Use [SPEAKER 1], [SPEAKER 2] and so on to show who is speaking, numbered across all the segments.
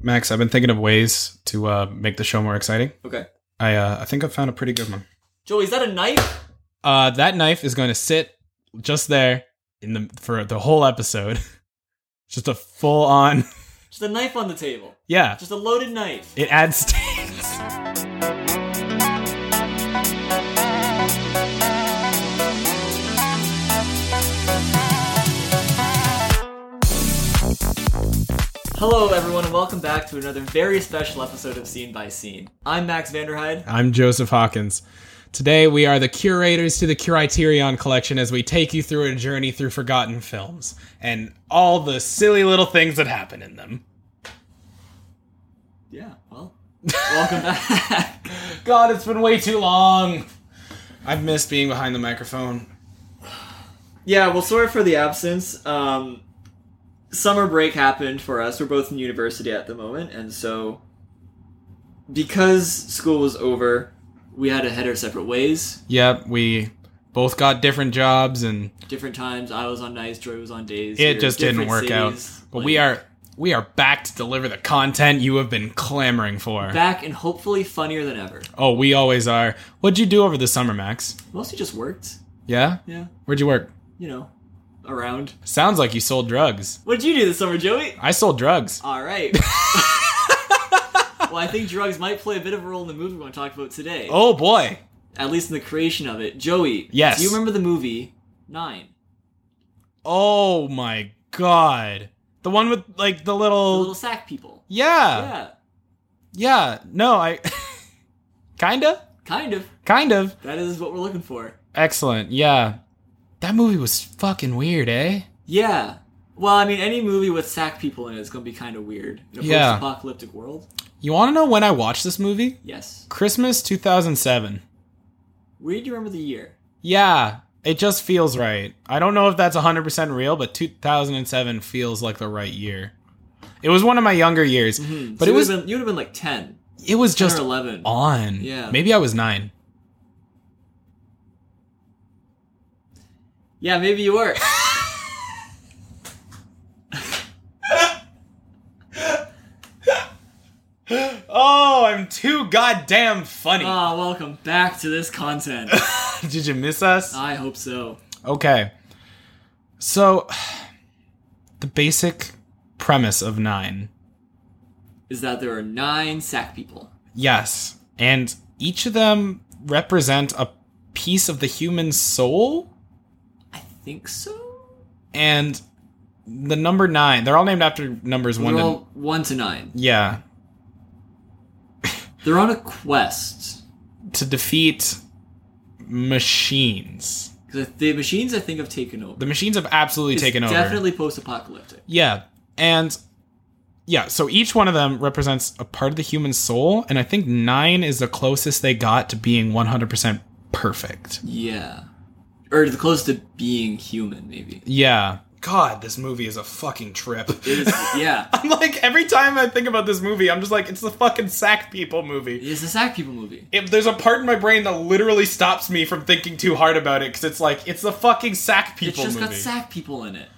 [SPEAKER 1] Max, I've been thinking of ways to uh, make the show more exciting.
[SPEAKER 2] Okay.
[SPEAKER 1] I uh, I think I've found a pretty good one.
[SPEAKER 2] Joey, is that a knife?
[SPEAKER 1] Uh, that knife is going to sit just there in the for the whole episode. just a full on,
[SPEAKER 2] Just a knife on the table.
[SPEAKER 1] yeah.
[SPEAKER 2] Just a loaded knife.
[SPEAKER 1] It adds taste.
[SPEAKER 2] Hello, everyone, and welcome back to another very special episode of Scene by Scene. I'm Max Vanderhyde.
[SPEAKER 1] I'm Joseph Hawkins. Today we are the curators to the Criterion Collection as we take you through a journey through forgotten films and all the silly little things that happen in them.
[SPEAKER 2] Yeah, well, welcome back.
[SPEAKER 1] God, it's been way too long. I've missed being behind the microphone.
[SPEAKER 2] yeah, well, sorry for the absence. Um, summer break happened for us. We're both in university at the moment, and so because school was over, we had to head our separate ways.
[SPEAKER 1] Yep, we both got different jobs and
[SPEAKER 2] Different times. I was on nights, Joy was on days. we were
[SPEAKER 1] it just didn't
[SPEAKER 2] different
[SPEAKER 1] work out.
[SPEAKER 2] cities,
[SPEAKER 1] But
[SPEAKER 2] like-
[SPEAKER 1] we are we are back to deliver the content you have been clamoring for.
[SPEAKER 2] back and hopefully funnier than ever.
[SPEAKER 1] oh, we always are. What'd you do over the summer, Max?
[SPEAKER 2] Mostly just worked.
[SPEAKER 1] Yeah?
[SPEAKER 2] Yeah,
[SPEAKER 1] Where'd you work?
[SPEAKER 2] you know, around.
[SPEAKER 1] Sounds like you sold drugs.
[SPEAKER 2] What did you do this summer, Joey?
[SPEAKER 1] I sold drugs.
[SPEAKER 2] All right. well, I think drugs might play a bit of a role in the movie we're going to talk about today.
[SPEAKER 1] Oh boy.
[SPEAKER 2] At least in the creation of it. Joey,
[SPEAKER 1] Yes.
[SPEAKER 2] do you remember the movie Nine?
[SPEAKER 1] Oh my god. The one with like the
[SPEAKER 2] The
[SPEAKER 1] little
[SPEAKER 2] little sack people.
[SPEAKER 1] Yeah.
[SPEAKER 2] yeah,
[SPEAKER 1] Yeah. No, I Kinda?
[SPEAKER 2] kind of.
[SPEAKER 1] Kind of.
[SPEAKER 2] That is what we're looking for.
[SPEAKER 1] Excellent. Yeah. That movie was fucking weird, eh?
[SPEAKER 2] Yeah. Well, I mean, any movie with sack people in it is going to be kind of weird. In a
[SPEAKER 1] Yeah.
[SPEAKER 2] post-apocalyptic world?
[SPEAKER 1] You want to know when I watched this movie?
[SPEAKER 2] Yes.
[SPEAKER 1] Christmas 2007.
[SPEAKER 2] Where do you remember the year?
[SPEAKER 1] Yeah, it just feels right. I don't know if that's 100% real, but 2007 feels like the right year. It was one of my younger years,
[SPEAKER 2] Hmm,
[SPEAKER 1] Mm-hmm. but
[SPEAKER 2] so
[SPEAKER 1] it
[SPEAKER 2] you
[SPEAKER 1] was
[SPEAKER 2] would've been, you would have been like 10,
[SPEAKER 1] it was
[SPEAKER 2] 10
[SPEAKER 1] just
[SPEAKER 2] or 11.
[SPEAKER 1] on.
[SPEAKER 2] Yeah.
[SPEAKER 1] Maybe I was 9.
[SPEAKER 2] Yeah, maybe you were.
[SPEAKER 1] Oh, I'm too goddamn funny.
[SPEAKER 2] Ah, welcome back to this content.
[SPEAKER 1] Did you miss us?
[SPEAKER 2] I hope so.
[SPEAKER 1] Okay. So the basic premise of 9
[SPEAKER 2] Is that there are nine sack people.
[SPEAKER 1] Yes. And each of them represent a piece of the human soul.
[SPEAKER 2] I think so.
[SPEAKER 1] And the number nine, they're all named after numbers one
[SPEAKER 2] They're
[SPEAKER 1] to.
[SPEAKER 2] all one to nine.
[SPEAKER 1] yeah.
[SPEAKER 2] They're on a quest.
[SPEAKER 1] To defeat machines.
[SPEAKER 2] Because the machines, I think, have taken over.
[SPEAKER 1] The machines have absolutely
[SPEAKER 2] It's
[SPEAKER 1] taken over.
[SPEAKER 2] Definitely post apocalyptic.
[SPEAKER 1] Yeah. And yeah, so each one of them represents a part of the human soul. And I think nine is the closest they got to being 100% perfect.
[SPEAKER 2] Yeah. Or the close to being human, maybe.
[SPEAKER 1] Yeah. God, this movie is a fucking trip.
[SPEAKER 2] It is, yeah.
[SPEAKER 1] I'm like every time I think about this movie, I'm just like, it's the fucking sack people movie.
[SPEAKER 2] It's a sack people movie.
[SPEAKER 1] If there's a part in my brain that literally stops me from thinking too hard about it because it's like it's the fucking sack
[SPEAKER 2] It's
[SPEAKER 1] people
[SPEAKER 2] just
[SPEAKER 1] movie.
[SPEAKER 2] got sack people in it.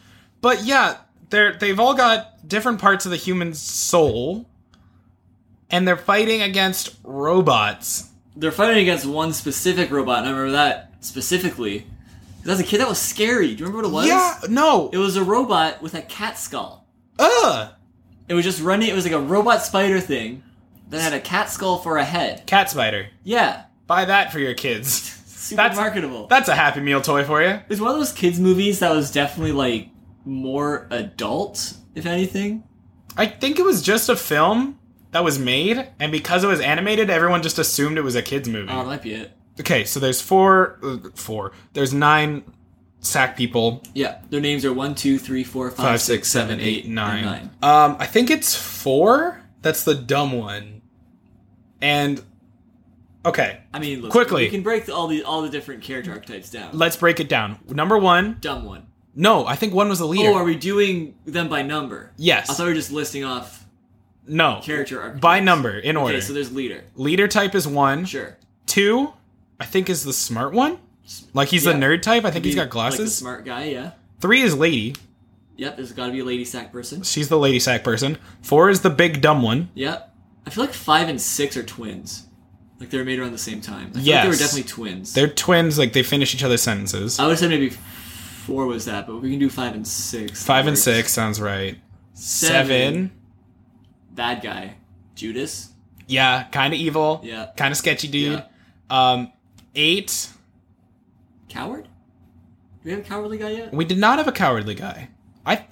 [SPEAKER 1] But yeah, they're they've all got different parts of the human soul, and they're fighting against robots.
[SPEAKER 2] They're fighting against one specific robot, and I remember that specifically. 'Cause As a kid, that was scary. Do you remember what it was?
[SPEAKER 1] Yeah, no,
[SPEAKER 2] It was a robot with a cat skull.
[SPEAKER 1] ugh,
[SPEAKER 2] It was just running. It was like a robot spider thing that had a cat skull for a head.
[SPEAKER 1] cat spider.
[SPEAKER 2] Yeah,
[SPEAKER 1] Buy that for your kids.
[SPEAKER 2] super
[SPEAKER 1] That's-
[SPEAKER 2] marketable.
[SPEAKER 1] That's a Happy Meal toy for you.
[SPEAKER 2] it's one of those kids movies that was definitely like more adult, if anything.
[SPEAKER 1] I think it was just a film that was made, and because it was animated, everyone just assumed it was a kids movie.
[SPEAKER 2] Oh, that might be it.
[SPEAKER 1] okay, so there's four, uh, four. There's nine sack people.
[SPEAKER 2] Yeah, their names are one, two, three, four,
[SPEAKER 1] Five,
[SPEAKER 2] five,
[SPEAKER 1] six, seven, eight, nine.
[SPEAKER 2] and
[SPEAKER 1] Um, I think it's four. That's the dumb one. And okay,
[SPEAKER 2] I mean, look,
[SPEAKER 1] Quickly.
[SPEAKER 2] we can break all the all the different character archetypes down.
[SPEAKER 1] let's break it down. Number one.
[SPEAKER 2] Dumb one.
[SPEAKER 1] No, I think one was the leader.
[SPEAKER 2] Oh, are we doing them by number?
[SPEAKER 1] yes.
[SPEAKER 2] I thought we were just listing off
[SPEAKER 1] no.
[SPEAKER 2] character archetypes.
[SPEAKER 1] By number in order.
[SPEAKER 2] Okay, so there's leader.
[SPEAKER 1] leader type is one.
[SPEAKER 2] Sure.
[SPEAKER 1] Two, I think is the smart one. Like he's
[SPEAKER 2] Yeah.
[SPEAKER 1] the nerd type. I think he's
[SPEAKER 2] Be
[SPEAKER 1] got
[SPEAKER 2] Like the
[SPEAKER 1] glasses.
[SPEAKER 2] smart guy, yeah.
[SPEAKER 1] Three is lady.
[SPEAKER 2] Yep, there's got to be a lady sack person.
[SPEAKER 1] She's the lady sack person. Four is the big dumb one.
[SPEAKER 2] Yep. I feel like five and six are twins. Like they were made around the same time. I feel like they were
[SPEAKER 1] Yes.
[SPEAKER 2] definitely twins.
[SPEAKER 1] They're twins. Like they finish each other's sentences.
[SPEAKER 2] I would say maybe four was that, but we can do five and six. That
[SPEAKER 1] Five and
[SPEAKER 2] works.
[SPEAKER 1] six sounds right.
[SPEAKER 2] Seven.
[SPEAKER 1] Seven.
[SPEAKER 2] Bad guy. Judas.
[SPEAKER 1] Yeah, kind of evil.
[SPEAKER 2] Yeah.
[SPEAKER 1] Kind of sketchy dude.
[SPEAKER 2] Yeah.
[SPEAKER 1] Um, eight.
[SPEAKER 2] Coward? Do we have a cowardly guy yet?
[SPEAKER 1] We did not have a cowardly guy. I.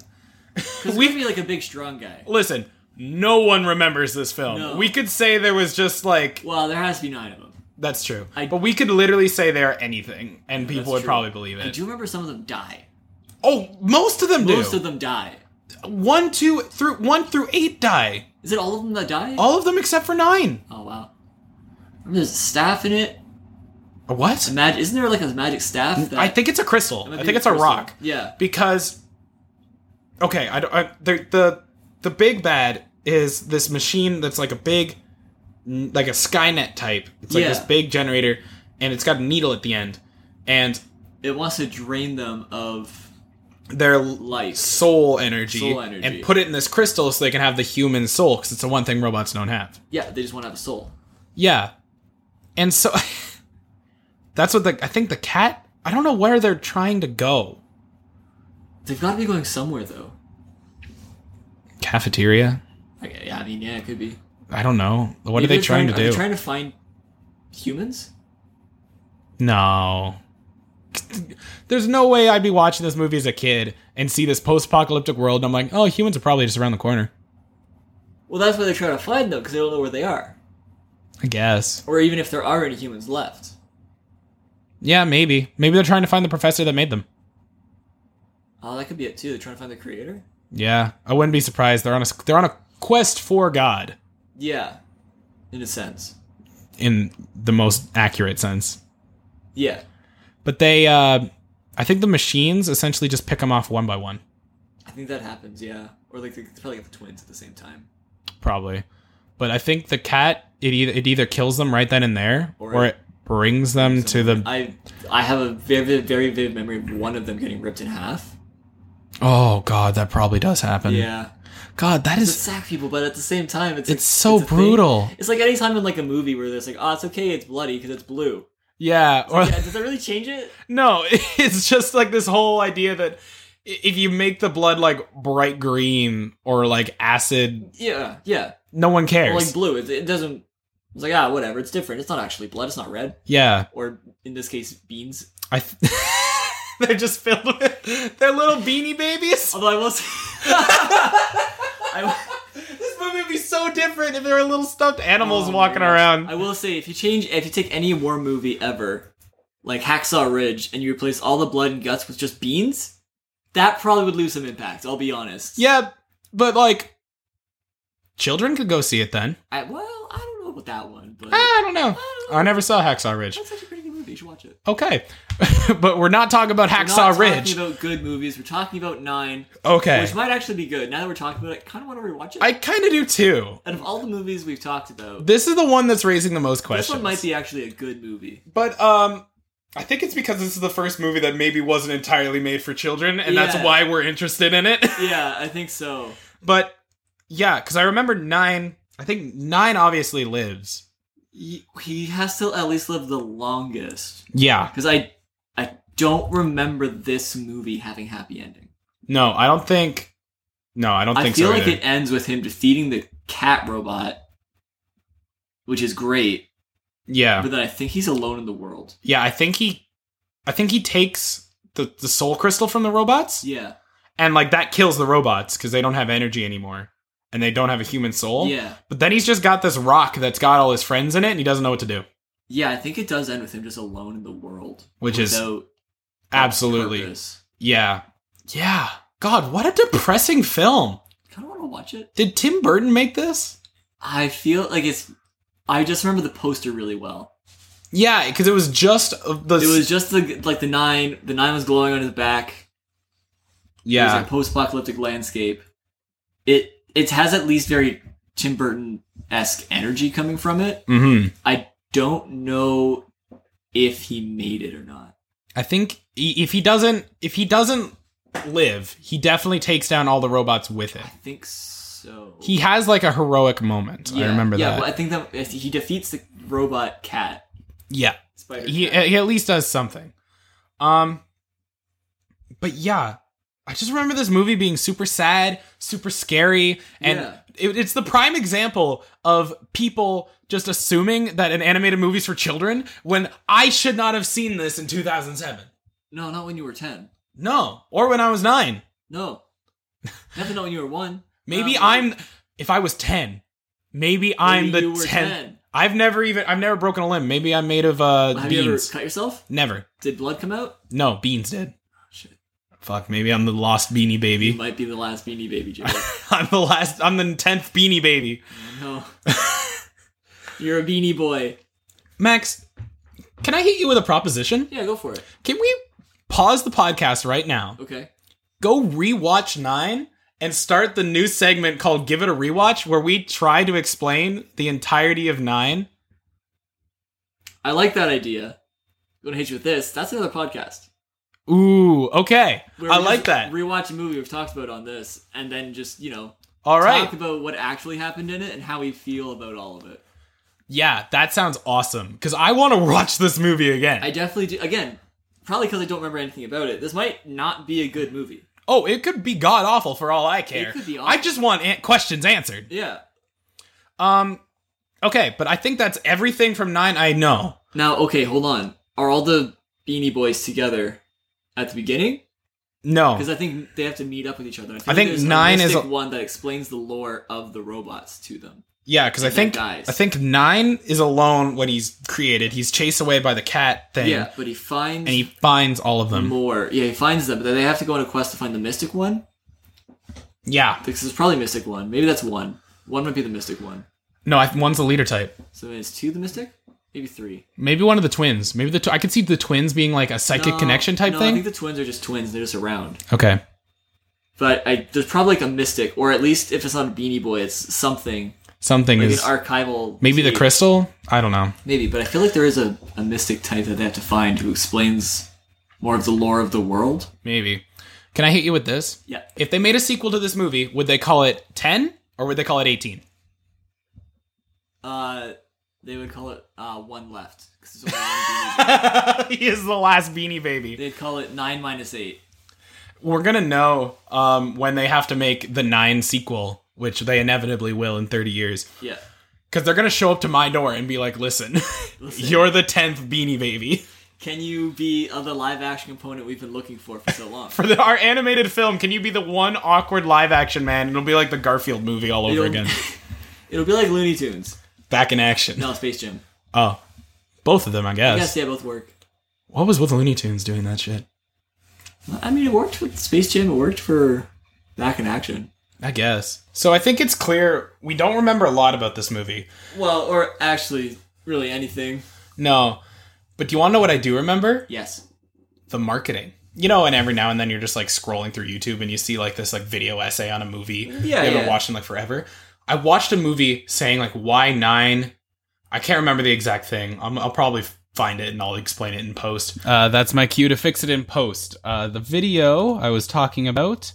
[SPEAKER 2] Because we be like a big strong guy.
[SPEAKER 1] Listen, no one remembers this film.
[SPEAKER 2] No.
[SPEAKER 1] We could say there was just like
[SPEAKER 2] Well, there has to be nine of them.
[SPEAKER 1] that's true,
[SPEAKER 2] I-
[SPEAKER 1] but we could literally say they are anything, and people
[SPEAKER 2] That's
[SPEAKER 1] would
[SPEAKER 2] true.
[SPEAKER 1] probably believe
[SPEAKER 2] I
[SPEAKER 1] it.
[SPEAKER 2] do remember some of them die.
[SPEAKER 1] oh, most of them
[SPEAKER 2] Most
[SPEAKER 1] do.
[SPEAKER 2] of them die.
[SPEAKER 1] one, two, through one through eight die.
[SPEAKER 2] Is it all of them that die?
[SPEAKER 1] All of them except for nine.
[SPEAKER 2] oh wow. Remember there's a staff in it.
[SPEAKER 1] A what?
[SPEAKER 2] A mag- isn't there like a magic staff? That
[SPEAKER 1] I think it's a crystal.
[SPEAKER 2] that
[SPEAKER 1] I
[SPEAKER 2] might
[SPEAKER 1] think
[SPEAKER 2] be
[SPEAKER 1] it's a
[SPEAKER 2] crystal?
[SPEAKER 1] rock
[SPEAKER 2] Yeah.
[SPEAKER 1] because. Okay, I, don't- I the the the big bad is this machine that's like a big, like a Skynet type. It's like
[SPEAKER 2] Yeah.
[SPEAKER 1] this big generator, and it's got a needle at the end, and
[SPEAKER 2] It wants to drain them of
[SPEAKER 1] their
[SPEAKER 2] life.
[SPEAKER 1] soul energy,
[SPEAKER 2] Soul energy.
[SPEAKER 1] and put it in this crystal so they can have the human soul because it's the one thing robots don't have.
[SPEAKER 2] Yeah, they just want to have a soul.
[SPEAKER 1] Yeah, and so that's what the I think the cat. I don't know where they're trying to go.
[SPEAKER 2] They've got to be going somewhere though.
[SPEAKER 1] Cafeteria.
[SPEAKER 2] Okay, yeah, I mean, yeah, it could be.
[SPEAKER 1] I don't know. What are they trying, to
[SPEAKER 2] Are
[SPEAKER 1] do?
[SPEAKER 2] they trying to find humans?
[SPEAKER 1] no. There's no way I'd be watching this movie as a kid and see this post-apocalyptic world and I'm like, "Oh, humans are probably just around the corner."
[SPEAKER 2] Well, that's why they're trying to find them because they don't know where they are,
[SPEAKER 1] I guess.
[SPEAKER 2] or even if there are any humans left.
[SPEAKER 1] Yeah, maybe. Maybe they're trying to find the professor that made them.
[SPEAKER 2] Oh, that could be it too. They're trying to find the creator.
[SPEAKER 1] Yeah, I wouldn't be surprised. They're on a they're on a quest for God
[SPEAKER 2] Yeah, in a sense.
[SPEAKER 1] in the most accurate sense.
[SPEAKER 2] Yeah,
[SPEAKER 1] But they, uh, I think the machines essentially just pick them off one by one,
[SPEAKER 2] I think that happens. Yeah, or like they they probably got the twins at the same time.
[SPEAKER 1] probably. But I think the cat it either, it either kills them right then and there,
[SPEAKER 2] Or
[SPEAKER 1] or,
[SPEAKER 2] it-
[SPEAKER 1] it brings them to the
[SPEAKER 2] I I have a vivid, very vivid memory of one of them getting ripped in half.
[SPEAKER 1] Oh god, that probably does happen.
[SPEAKER 2] Yeah,
[SPEAKER 1] God, that
[SPEAKER 2] to
[SPEAKER 1] is
[SPEAKER 2] sack people, but at the same time, it's
[SPEAKER 1] it's
[SPEAKER 2] like-
[SPEAKER 1] so
[SPEAKER 2] a thing.
[SPEAKER 1] brutal.
[SPEAKER 2] It's like any time in like a movie where there's like, oh, it's okay, it's bloody because it's blue.
[SPEAKER 1] Yeah, or
[SPEAKER 2] Yeah, does that really change it?
[SPEAKER 1] no, it's just like this whole idea that i- if you make the blood like bright green or like acid,
[SPEAKER 2] Yeah, yeah.
[SPEAKER 1] no one
[SPEAKER 2] Or
[SPEAKER 1] cares.
[SPEAKER 2] like blue, it, it doesn't. It's like ah, whatever. It's different. It's not actually blood. It's not red.
[SPEAKER 1] yeah,
[SPEAKER 2] Or in this case, beans.
[SPEAKER 1] I. Th- they're just filled with they're little beanie babies.
[SPEAKER 2] Although I will say, I,
[SPEAKER 1] This movie would be so different if there were little stuffed animals
[SPEAKER 2] Oh,
[SPEAKER 1] walking
[SPEAKER 2] man.
[SPEAKER 1] around.
[SPEAKER 2] I will say, if you change, if you take any war movie ever, like Hacksaw Ridge, and you replace all the blood and guts with just beans, that probably would lose some impact. I'll be honest.
[SPEAKER 1] yeah, but like children could go see it then.
[SPEAKER 2] I, well, I don't know about that one, but
[SPEAKER 1] Ah, I don't know.
[SPEAKER 2] I don't know.
[SPEAKER 1] I never saw Hacksaw Ridge.
[SPEAKER 2] that's such a pretty good movie. You should watch it.
[SPEAKER 1] Okay. but we're not talking about
[SPEAKER 2] We're
[SPEAKER 1] Hacksaw
[SPEAKER 2] not
[SPEAKER 1] Ridge.
[SPEAKER 2] talking about good movies. We're talking about Nine,
[SPEAKER 1] okay.
[SPEAKER 2] which might actually be good. Now that we're talking about it, I kind of want to rewatch it.
[SPEAKER 1] I kind of do too.
[SPEAKER 2] Out of all the movies we've talked about,
[SPEAKER 1] This is the one that's raising the most
[SPEAKER 2] this
[SPEAKER 1] questions.
[SPEAKER 2] one might be actually a good movie.
[SPEAKER 1] But um I think it's because this is the first movie that maybe wasn't entirely made for children and
[SPEAKER 2] Yeah.
[SPEAKER 1] that's why we're interested in it.
[SPEAKER 2] Yeah, I think so.
[SPEAKER 1] but yeah, cuz I remember 9, I think 9 obviously lives.
[SPEAKER 2] He has to at least live the longest
[SPEAKER 1] Yeah.
[SPEAKER 2] because I I don't remember this movie having happy ending.
[SPEAKER 1] No, I don't think No, I don't
[SPEAKER 2] I,
[SPEAKER 1] think
[SPEAKER 2] feel
[SPEAKER 1] so.
[SPEAKER 2] like
[SPEAKER 1] either.
[SPEAKER 2] it ends with him defeating the cat robot, which is great.
[SPEAKER 1] yeah.
[SPEAKER 2] But then I think he's alone in the world.
[SPEAKER 1] Yeah, I think he I think he takes the, the soul crystal from the robots.
[SPEAKER 2] Yeah,
[SPEAKER 1] and like that kills the robots because they don't have energy anymore and they don't have a human soul
[SPEAKER 2] yeah,
[SPEAKER 1] but then he's just got this rock that's got all his friends in it and he doesn't know what to do
[SPEAKER 2] yeah. I think it does end with him just alone in the world,
[SPEAKER 1] Which is
[SPEAKER 2] without
[SPEAKER 1] absolutely
[SPEAKER 2] purpose.
[SPEAKER 1] yeah yeah god what a depressing film
[SPEAKER 2] Kind of want to watch it.
[SPEAKER 1] did tim burton make this
[SPEAKER 2] I feel like it's. I just remember the poster really well.
[SPEAKER 1] yeah because it was just of the
[SPEAKER 2] It was just the like the nine. The nine was glowing on his back. It was
[SPEAKER 1] yeah
[SPEAKER 2] like a post-apocalyptic landscape. It it has at least very Tim Burton esque energy coming from it.
[SPEAKER 1] mm-hmm
[SPEAKER 2] I don't know if he made it or not.
[SPEAKER 1] i think i- if he doesn't if he doesn't live, he definitely takes down all the robots with it.
[SPEAKER 2] I think so.
[SPEAKER 1] He has like a heroic moment. I remember
[SPEAKER 2] yeah,
[SPEAKER 1] that.
[SPEAKER 2] well, I think that if he defeats the robot cat.
[SPEAKER 1] yeah.
[SPEAKER 2] Spider
[SPEAKER 1] he, eh
[SPEAKER 2] cat.
[SPEAKER 1] he at least does something. Um, but yeah, I just remember this movie being super sad, super scary, and
[SPEAKER 2] Yeah.
[SPEAKER 1] it, it's the prime example of people just assuming that an animated movie's for children when I should not have seen this in 2007.
[SPEAKER 2] No, not when you were 10.
[SPEAKER 1] No, or when I was nine.
[SPEAKER 2] No. Definitely not when you were 1.
[SPEAKER 1] Maybe
[SPEAKER 2] Um,
[SPEAKER 1] I'm if I was 10, maybe, I'm
[SPEAKER 2] you
[SPEAKER 1] the
[SPEAKER 2] were
[SPEAKER 1] 10th.
[SPEAKER 2] 10.
[SPEAKER 1] I've never even I've never broken a limb. Maybe I'm made of uh
[SPEAKER 2] Have you ever
[SPEAKER 1] beans.
[SPEAKER 2] cut yourself?
[SPEAKER 1] Never.
[SPEAKER 2] Did blood come out?
[SPEAKER 1] No, beans did.
[SPEAKER 2] Shit.
[SPEAKER 1] Fuck, maybe I'm the lost beanie
[SPEAKER 2] You
[SPEAKER 1] baby.
[SPEAKER 2] might be the last Beanie Baby joke.
[SPEAKER 1] I'm the last, I'm the 10th beanie baby.
[SPEAKER 2] no. You're a beanie boy.
[SPEAKER 1] Max, can I hit you with a proposition?
[SPEAKER 2] Yeah, go for it.
[SPEAKER 1] Can we pause the podcast right now,
[SPEAKER 2] Okay.
[SPEAKER 1] go rewatch nine, and start the new segment called Give It a Rewatch, where we try to explain the entirety of nine?
[SPEAKER 2] I like that idea. I'm gonna hit you with this. That's another podcast.
[SPEAKER 1] Ooh, okay.
[SPEAKER 2] Where
[SPEAKER 1] I
[SPEAKER 2] we
[SPEAKER 1] like
[SPEAKER 2] just
[SPEAKER 1] that.
[SPEAKER 2] Rewatch a movie we've talked about on this, and then just you know
[SPEAKER 1] All right.
[SPEAKER 2] talk about what actually happened in it and how we feel about all of it.
[SPEAKER 1] Yeah, that sounds awesome. Because I want to watch this movie again.
[SPEAKER 2] I definitely do. Again, probably because I don't remember anything about it. This might not be a good movie.
[SPEAKER 1] oh, it could be god awful for all I care.
[SPEAKER 2] could be
[SPEAKER 1] I
[SPEAKER 2] awful.
[SPEAKER 1] just want an- questions answered.
[SPEAKER 2] Yeah.
[SPEAKER 1] Um, okay, but I think that's everything from nine I know.
[SPEAKER 2] Now, okay, hold on. Are all the Beanie Boys together at the beginning?
[SPEAKER 1] No,
[SPEAKER 2] Because I think they have to meet up with each other.
[SPEAKER 1] I think
[SPEAKER 2] there's
[SPEAKER 1] nine
[SPEAKER 2] a
[SPEAKER 1] is
[SPEAKER 2] mystic
[SPEAKER 1] a-
[SPEAKER 2] one that explains the lore of the robots to them.
[SPEAKER 1] yeah, because I
[SPEAKER 2] that
[SPEAKER 1] think
[SPEAKER 2] dies.
[SPEAKER 1] I think nine is alone when he's created. He's chased away by the cat thing,
[SPEAKER 2] Yeah, but he finds
[SPEAKER 1] and he finds all of them.
[SPEAKER 2] more. Yeah, he finds them, but then they have to go on a quest to find the mystic one.
[SPEAKER 1] Yeah,
[SPEAKER 2] Because it's probably mystic one. Maybe that's one. One might be the mystic one.
[SPEAKER 1] no, I, one's the leader type.
[SPEAKER 2] So then it's two the mystic, maybe three.
[SPEAKER 1] Maybe one of the twins. Maybe the tw- I could see the twins being like a psychic
[SPEAKER 2] No,
[SPEAKER 1] connection type
[SPEAKER 2] no, I
[SPEAKER 1] thing.
[SPEAKER 2] think the twins are just twins. They're just around.
[SPEAKER 1] okay,
[SPEAKER 2] But I, there's probably like a mystic, or at least if it's not a Beanie Boy, it's something
[SPEAKER 1] something
[SPEAKER 2] like an
[SPEAKER 1] is
[SPEAKER 2] archival.
[SPEAKER 1] maybe the
[SPEAKER 2] key.
[SPEAKER 1] crystal. I don't know.
[SPEAKER 2] Maybe, but I feel like there is a, a mystic type that they have to find who explains more of the lore of the world.
[SPEAKER 1] Maybe. Can I hit you with this?
[SPEAKER 2] Yeah.
[SPEAKER 1] If they made a sequel to this movie, would they call it ten or would they call it eighteen?
[SPEAKER 2] Uh, they would call it uh, one left 'cause there's only one Beanie Boy.
[SPEAKER 1] he is the last beanie baby.
[SPEAKER 2] They'd call it nine minus eight.
[SPEAKER 1] we're gonna know um, when they have to make the nine sequel, which they inevitably will in 30 years,
[SPEAKER 2] Yeah.
[SPEAKER 1] because they're gonna show up to my door and be like, "Listen, you're the tenth Beanie Baby
[SPEAKER 2] Can you be uh, the live action component we've been looking for for so long?
[SPEAKER 1] for the, our animated film. Can you be the one awkward live action man? It'll be like the Garfield movie all over
[SPEAKER 2] It'll-
[SPEAKER 1] again,
[SPEAKER 2] It'll be like Looney Tunes.
[SPEAKER 1] back in action.
[SPEAKER 2] No, Space Jam.
[SPEAKER 1] Oh, both of them, I guess.
[SPEAKER 2] Yes, they both work.
[SPEAKER 1] What was with Looney Tunes doing that shit?
[SPEAKER 2] I mean, it worked with Space Jam. It worked for Back in Action.
[SPEAKER 1] I guess. So I think it's clear we don't remember a lot about this movie.
[SPEAKER 2] Well, or actually, really anything.
[SPEAKER 1] No, but do you want to know what I do remember?
[SPEAKER 2] Yes.
[SPEAKER 1] the marketing. You know, and every now and then you're just like scrolling through YouTube and you see like this like video essay on a movie you haven't
[SPEAKER 2] yeah.
[SPEAKER 1] watched in like forever. I watched a movie saying like why nine. I can't remember the exact thing. I'm, I'll probably f- find it and I'll explain it in post. Uh, that's my cue to fix it in post. Uh, the video I was talking about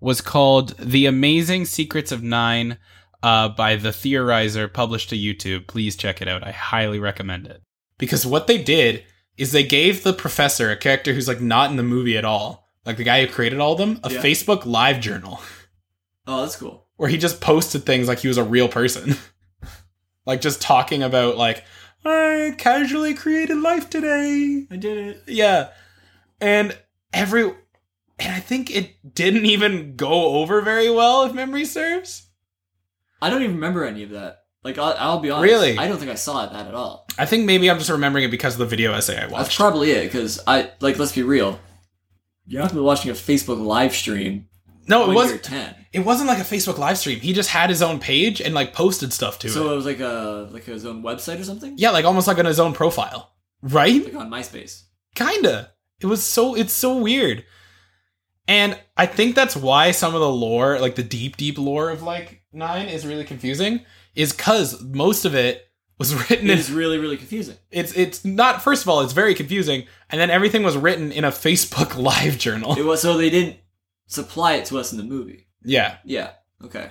[SPEAKER 1] was called "The Amazing Secrets of Nine uh, by the Theorizer, published to YouTube. Please check it out. I highly recommend it because what they did is they gave the professor a character who's like not in the movie at all like the guy who created all of them a
[SPEAKER 2] Yeah.
[SPEAKER 1] facebook live journal
[SPEAKER 2] Oh, that's cool.
[SPEAKER 1] where he just posted things like he was a real person like just talking about like i casually created life today
[SPEAKER 2] I did it.
[SPEAKER 1] yeah and every and i think it didn't even go over very well if memory serves
[SPEAKER 2] I don't even remember any of that. Like, I'll, I'll be honest.
[SPEAKER 1] Really?
[SPEAKER 2] I don't think I saw that at all.
[SPEAKER 1] i think maybe i'm just remembering it because of the video essay i
[SPEAKER 2] That's
[SPEAKER 1] watched
[SPEAKER 2] probably it, because I, like, let's be real. You're not going to be watching a Facebook live stream
[SPEAKER 1] no Oh, it
[SPEAKER 2] when
[SPEAKER 1] was
[SPEAKER 2] you're 10.
[SPEAKER 1] it wasn't like a facebook live stream he just had his own page and like posted stuff to it
[SPEAKER 2] So it was like a like his own website or something?
[SPEAKER 1] Yeah, like almost like on his own profile. Right?
[SPEAKER 2] Like on MySpace.
[SPEAKER 1] Kinda. It was so it's so weird. And I think that's why some of the lore, like the deep, deep lore of like nine is really confusing. Is cause most of it was written
[SPEAKER 2] It
[SPEAKER 1] in
[SPEAKER 2] is really, really confusing.
[SPEAKER 1] it's it's not first of all, it's very confusing, and then everything was written in a Facebook live journal.
[SPEAKER 2] It was so they didn't supply it to us in the movie.
[SPEAKER 1] Yeah.
[SPEAKER 2] Yeah. Okay.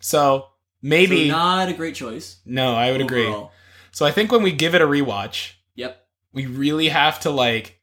[SPEAKER 1] So maybe
[SPEAKER 2] So not a great choice.
[SPEAKER 1] no, I would agree.
[SPEAKER 2] overall.
[SPEAKER 1] So I think when we give it a rewatch,
[SPEAKER 2] Yep.
[SPEAKER 1] we really have to like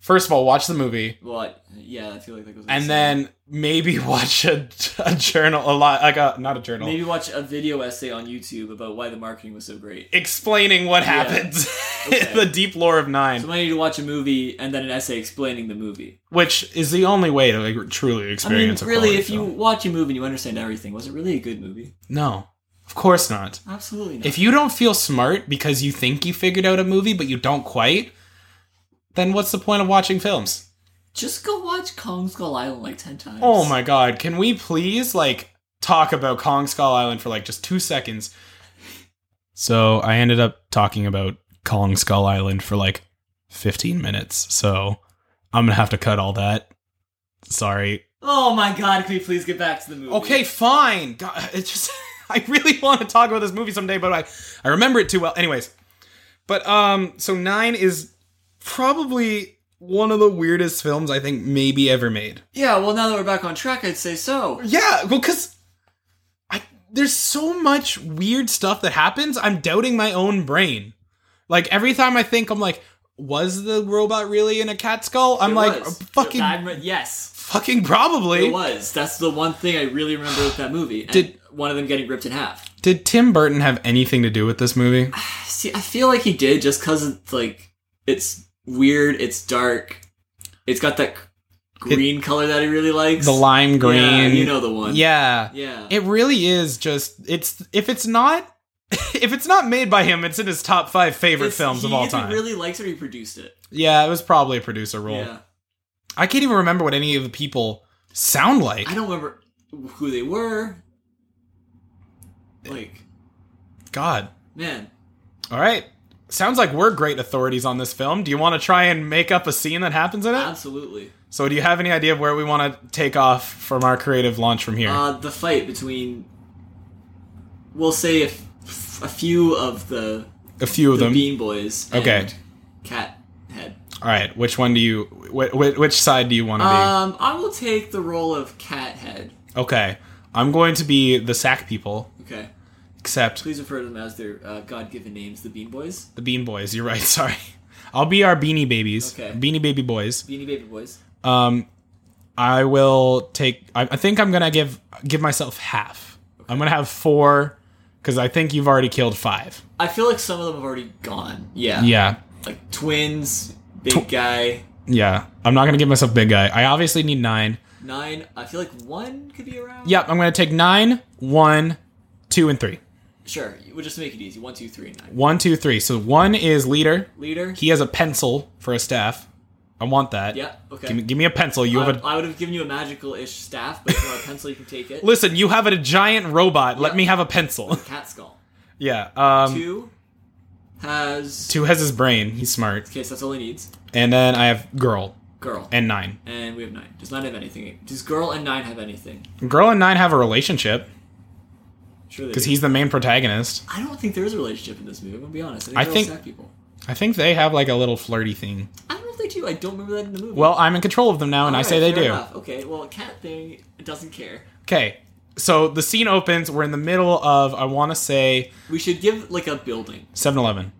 [SPEAKER 1] first of all watch the movie
[SPEAKER 2] Well, I, yeah, I feel like that goes.
[SPEAKER 1] and then maybe watch a, a journal a lot like a not a journal
[SPEAKER 2] maybe watch a video essay on YouTube about why the marketing was so great.
[SPEAKER 1] explaining what
[SPEAKER 2] Yeah.
[SPEAKER 1] happens
[SPEAKER 2] Okay.
[SPEAKER 1] the deep lore of nine
[SPEAKER 2] So I need to watch a movie and then an essay explaining the movie.
[SPEAKER 1] which is the only way to like, truly
[SPEAKER 2] I mean,
[SPEAKER 1] experience a
[SPEAKER 2] really,
[SPEAKER 1] quality
[SPEAKER 2] if you
[SPEAKER 1] film.
[SPEAKER 2] watch a movie and you understand everything, was it really a good movie?
[SPEAKER 1] no of course not
[SPEAKER 2] Absolutely not.
[SPEAKER 1] if you don't feel smart because you think you figured out a movie but you don't quite then what's the point of watching films
[SPEAKER 2] just go watch Kong Skull Island like ten times.
[SPEAKER 1] Oh my god, can we please like talk about Kong Skull Island for like just 2 seconds? So, I ended up talking about Kong Skull Island for like 15 minutes. So, I'm going to have to cut all that. Sorry.
[SPEAKER 2] Oh my god! Can we please get back to the movie?
[SPEAKER 1] Okay, fine. God, it just I really want to talk about this movie someday, but I I remember it too well. Anyways. But um so 9 is probably one of the weirdest films I think maybe ever made.
[SPEAKER 2] Yeah. Well, now that we're back on track, I'd say so.
[SPEAKER 1] Yeah, well, because I there's so much weird stuff that happens. I'm doubting my own brain. Like every time I think, I'm like, was the robot really in a cat skull? I'm
[SPEAKER 2] It
[SPEAKER 1] like,
[SPEAKER 2] was.
[SPEAKER 1] fucking,
[SPEAKER 2] I'm re- yes.
[SPEAKER 1] fucking, probably.
[SPEAKER 2] It was. That's the one thing I really remember with that movie. And
[SPEAKER 1] Did-
[SPEAKER 2] one of them getting ripped in half?
[SPEAKER 1] Did Tim Burton have anything to do with this movie?
[SPEAKER 2] See, I feel like he did just because it's like it's weird, it's dark, it's got that green color that he really likes.
[SPEAKER 1] The lime green.
[SPEAKER 2] yeah, you know the one.
[SPEAKER 1] Yeah.
[SPEAKER 2] yeah.
[SPEAKER 1] It really is just it's if it's not if it's not made by him, it's in his top five favorite
[SPEAKER 2] It's-
[SPEAKER 1] films of
[SPEAKER 2] he
[SPEAKER 1] all
[SPEAKER 2] either
[SPEAKER 1] time.
[SPEAKER 2] Really likes it or he produced it.
[SPEAKER 1] yeah, it was probably a producer role.
[SPEAKER 2] Yeah,
[SPEAKER 1] I can't even remember what any of the people sound like.
[SPEAKER 2] I don't remember who they were. Like,
[SPEAKER 1] God.
[SPEAKER 2] man,
[SPEAKER 1] All right. Sounds like we're great authorities on this film. Do you want to try and make up a scene that happens in it?
[SPEAKER 2] absolutely.
[SPEAKER 1] So, do you have any idea of where we want to take off from our creative launch from here?
[SPEAKER 2] Uh, the fight between, we'll say, a, f- a few of the
[SPEAKER 1] a few of
[SPEAKER 2] the
[SPEAKER 1] them.
[SPEAKER 2] Bean Boys. And
[SPEAKER 1] Okay.
[SPEAKER 2] Cat head.
[SPEAKER 1] All right. Which one do you? Wh- wh- which side do you want to
[SPEAKER 2] Um, I will take the role of cat head.
[SPEAKER 1] be? Okay. I'm going to be the sack people,
[SPEAKER 2] Okay.
[SPEAKER 1] except
[SPEAKER 2] Please refer to them as their uh, God-given names, the Bean Boys,
[SPEAKER 1] the Bean Boys. You're right. Sorry. I'll be our Beanie Babies.
[SPEAKER 2] Okay.
[SPEAKER 1] Beanie Baby Boys.
[SPEAKER 2] Beanie Baby Boys.
[SPEAKER 1] Um, I will take. I, I think I'm gonna give give myself half. I'm gonna have four because I think you've already killed five.
[SPEAKER 2] I feel like some of them have already gone. Yeah.
[SPEAKER 1] Yeah.
[SPEAKER 2] Like twins, big guy,
[SPEAKER 1] Yeah, I'm not gonna give myself big guy. I obviously need nine.
[SPEAKER 2] nine. I feel like one could be around.
[SPEAKER 1] Yep, I'm gonna take nine, one, two, and three.
[SPEAKER 2] Sure. We'll just make it easy. One, two, three, nine.
[SPEAKER 1] One, two, three. So one is leader.
[SPEAKER 2] Leader.
[SPEAKER 1] He has a pencil for a staff. I want that.
[SPEAKER 2] yeah. Uh, Okay.
[SPEAKER 1] Give me, give me a pencil. You
[SPEAKER 2] I,
[SPEAKER 1] have a
[SPEAKER 2] I would have given you a magical-ish staff, but if you want a pencil, you can take it.
[SPEAKER 1] listen. You have a giant robot. Let
[SPEAKER 2] Yeah.
[SPEAKER 1] me have a pencil.
[SPEAKER 2] Cat skull.
[SPEAKER 1] yeah. Um. Two.
[SPEAKER 2] Two has.
[SPEAKER 1] has his brain. He's smart.
[SPEAKER 2] Okay, so that's all he needs.
[SPEAKER 1] And then I have girl
[SPEAKER 2] Girl.
[SPEAKER 1] and nine.
[SPEAKER 2] and we have nine. Does nine have anything? Does girl and nine have anything?
[SPEAKER 1] Girl and nine have a relationship
[SPEAKER 2] Sure,
[SPEAKER 1] because he's the main protagonist.
[SPEAKER 2] I don't think there is a relationship in this movie. I'm gonna be honest.
[SPEAKER 1] I
[SPEAKER 2] I think they're all
[SPEAKER 1] think-
[SPEAKER 2] sack people.
[SPEAKER 1] I think they have like a little flirty thing.
[SPEAKER 2] I don't know if they do. I don't remember that in the movie.
[SPEAKER 1] Well, I'm in control of them now, and I
[SPEAKER 2] Alright,
[SPEAKER 1] say they
[SPEAKER 2] fair
[SPEAKER 1] do.
[SPEAKER 2] enough. Okay. Well, cat thing doesn't care.
[SPEAKER 1] Okay, so the scene opens. We're in the middle of, I want to say,
[SPEAKER 2] We should give like a building,
[SPEAKER 1] 7 Eleven.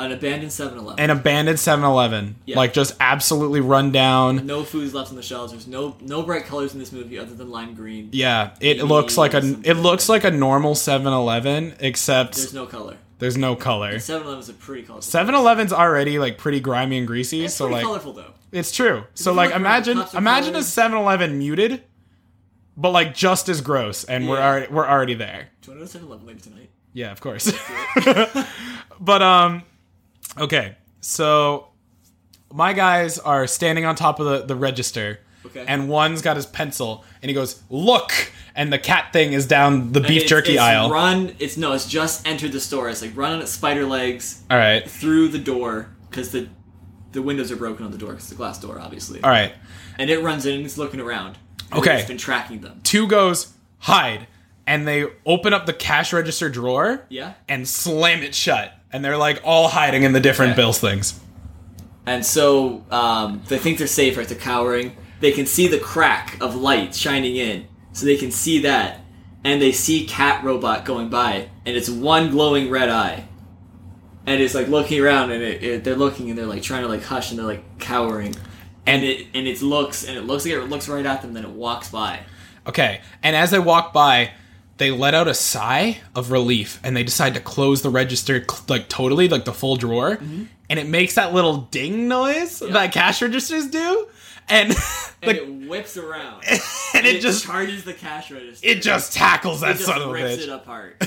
[SPEAKER 2] an abandoned 7-Eleven.
[SPEAKER 1] An abandoned 7 Eleven.
[SPEAKER 2] Yeah.
[SPEAKER 1] Like, just absolutely run down.
[SPEAKER 2] no foods left on the shelves. There's no no bright colors in this movie other than lime green.
[SPEAKER 1] Yeah, it looks like a it looks like a normal 7-Eleven except
[SPEAKER 2] There's
[SPEAKER 1] there's no,
[SPEAKER 2] no color.
[SPEAKER 1] color.
[SPEAKER 2] 7-Eleven is a pretty colorful.
[SPEAKER 1] 7-Eleven's already like pretty grimy and greasy,
[SPEAKER 2] It's
[SPEAKER 1] so
[SPEAKER 2] pretty
[SPEAKER 1] like
[SPEAKER 2] colorful though.
[SPEAKER 1] it's true. So
[SPEAKER 2] you
[SPEAKER 1] like
[SPEAKER 2] look around,
[SPEAKER 1] imagine
[SPEAKER 2] pops of
[SPEAKER 1] imagine a
[SPEAKER 2] colors.
[SPEAKER 1] 7-Eleven muted but like just as gross and we're
[SPEAKER 2] Yeah.
[SPEAKER 1] already we're already there.
[SPEAKER 2] Do you want to go to 7-Eleven later tonight?
[SPEAKER 1] Yeah, of course. but um okay. So my guys are standing on top of the, the register
[SPEAKER 2] Okay.
[SPEAKER 1] and one's got his pencil and he goes, "Look." And the cat thing is down the
[SPEAKER 2] And
[SPEAKER 1] beef
[SPEAKER 2] it's-
[SPEAKER 1] jerky
[SPEAKER 2] it's
[SPEAKER 1] aisle.
[SPEAKER 2] Run. It's no. It's just enter the store. It's like run on its spider legs
[SPEAKER 1] All right.
[SPEAKER 2] through the door because the the windows are broken on the door. 'cause It's a glass door, obviously.
[SPEAKER 1] All right.
[SPEAKER 2] and it runs in and it's looking around. And
[SPEAKER 1] Okay.
[SPEAKER 2] It's been tracking them.
[SPEAKER 1] Two goes, "Hide." And they open up the cash register drawer
[SPEAKER 2] Yeah.
[SPEAKER 1] and slam it shut. And they're like all hiding in the different
[SPEAKER 2] Okay.
[SPEAKER 1] bills things.
[SPEAKER 2] And so um, they think they're safe, right? They're cowering. They can see the crack of light shining in, so they can see that, and they see Cat Robot going by, and it's one glowing red eye, and it's like looking around, and it, it, they're looking, and they're like trying to like hush, and they're like cowering, and it and it looks, and it looks like it looks right at them, then it walks by.
[SPEAKER 1] Okay, and as they walk by, they let out a sigh of relief and they decide to close the register cl- like totally, like the full drawer, mm-hmm. and it makes that little ding noise
[SPEAKER 2] Yeah.
[SPEAKER 1] that cash registers do, and
[SPEAKER 2] And
[SPEAKER 1] like
[SPEAKER 2] it whips around,
[SPEAKER 1] and, it, just
[SPEAKER 2] charges the cash register.
[SPEAKER 1] it just tackles
[SPEAKER 2] It
[SPEAKER 1] that
[SPEAKER 2] just
[SPEAKER 1] son of a
[SPEAKER 2] rips
[SPEAKER 1] bitch.
[SPEAKER 2] it apart.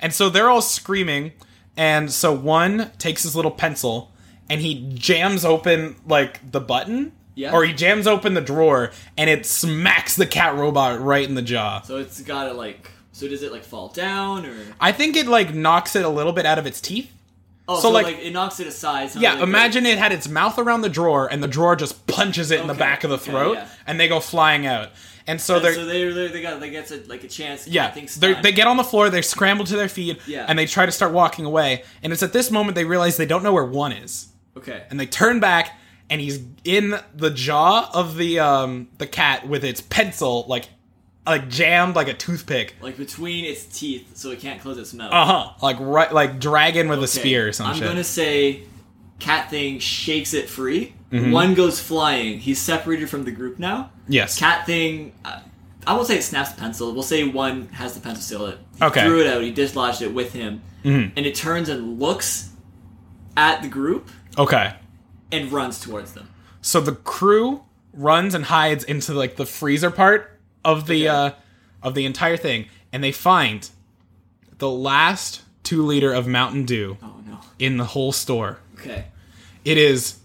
[SPEAKER 1] And so they're all screaming. And so one takes his little pencil and he jams open like the button.
[SPEAKER 2] Yeah.
[SPEAKER 1] Or he jams open the drawer and it smacks the cat robot right in the jaw.
[SPEAKER 2] So it's gotta like. So does it like fall down or?
[SPEAKER 1] I think it like knocks it a little bit out of its teeth.
[SPEAKER 2] Oh,
[SPEAKER 1] So,
[SPEAKER 2] so,
[SPEAKER 1] like-
[SPEAKER 2] like, it knocks it aside. so
[SPEAKER 1] Yeah,
[SPEAKER 2] like,
[SPEAKER 1] imagine it had its mouth around the drawer and the drawer just punches it in the
[SPEAKER 2] Okay,
[SPEAKER 1] back of the
[SPEAKER 2] okay,
[SPEAKER 1] throat
[SPEAKER 2] yeah.
[SPEAKER 1] and they go flying out. And so
[SPEAKER 2] And
[SPEAKER 1] they're
[SPEAKER 2] so they they they got they gets a, like a chance. To get
[SPEAKER 1] Yeah,
[SPEAKER 2] things
[SPEAKER 1] they
[SPEAKER 2] done.
[SPEAKER 1] they get on the floor, they scramble to their feet,
[SPEAKER 2] Yeah.
[SPEAKER 1] and they try to start walking away. And it's at this moment they realize they don't know where one is.
[SPEAKER 2] okay.
[SPEAKER 1] and they turn back and he's in the jaw of the um the cat with its pencil like like jammed like a toothpick
[SPEAKER 2] like between its teeth, so it can't close its mouth.
[SPEAKER 1] uh-huh like right like dragon with a
[SPEAKER 2] Okay,
[SPEAKER 1] spear or some
[SPEAKER 2] I'm
[SPEAKER 1] shit
[SPEAKER 2] gonna say, cat thing shakes it free.
[SPEAKER 1] Mm-hmm.
[SPEAKER 2] One goes flying. He's separated from the group now.
[SPEAKER 1] yes
[SPEAKER 2] Cat thing. Uh, I won't say it snaps the pencil. We'll say one has the pencil still. It he
[SPEAKER 1] Okay.
[SPEAKER 2] threw it out. He dislodged it with him,
[SPEAKER 1] Mhm.
[SPEAKER 2] and it turns and looks at the group
[SPEAKER 1] okay
[SPEAKER 2] and runs towards them.
[SPEAKER 1] so the crew runs and hides into like the freezer part of the uh of the entire thing and they find the last two liter of mountain dew
[SPEAKER 2] Oh no.
[SPEAKER 1] in the whole store
[SPEAKER 2] Okay.
[SPEAKER 1] it is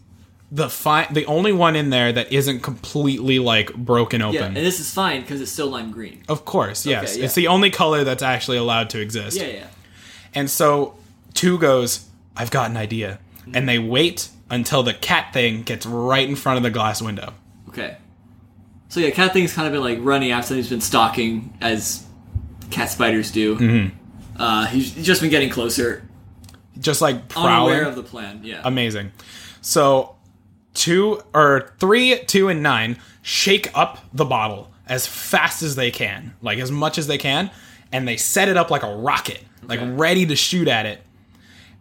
[SPEAKER 1] the fi- the only one in there that isn't completely like broken
[SPEAKER 2] Yeah,
[SPEAKER 1] open
[SPEAKER 2] and this is fine because it's still lime green.
[SPEAKER 1] Of course, yes.
[SPEAKER 2] yeah.
[SPEAKER 1] It's the only color that's actually allowed to exist.
[SPEAKER 2] Yeah, yeah.
[SPEAKER 1] And so two goes, I've got an idea. And they wait until the cat thing gets right in front of the glass window.
[SPEAKER 2] Okay. So yeah, cat thing's kind of been like running after him. He's been stalking as cat spiders do.
[SPEAKER 1] Mm-hmm.
[SPEAKER 2] Uh, he's he's just been getting closer,
[SPEAKER 1] Just like
[SPEAKER 2] unaware
[SPEAKER 1] prowling. Um,
[SPEAKER 2] of the plan. Yeah.
[SPEAKER 1] Amazing. So two or three, two, and nine shake up the bottle as fast as they can, like as much as they can, and they set it up like a rocket, like
[SPEAKER 2] Okay.
[SPEAKER 1] ready to shoot at it.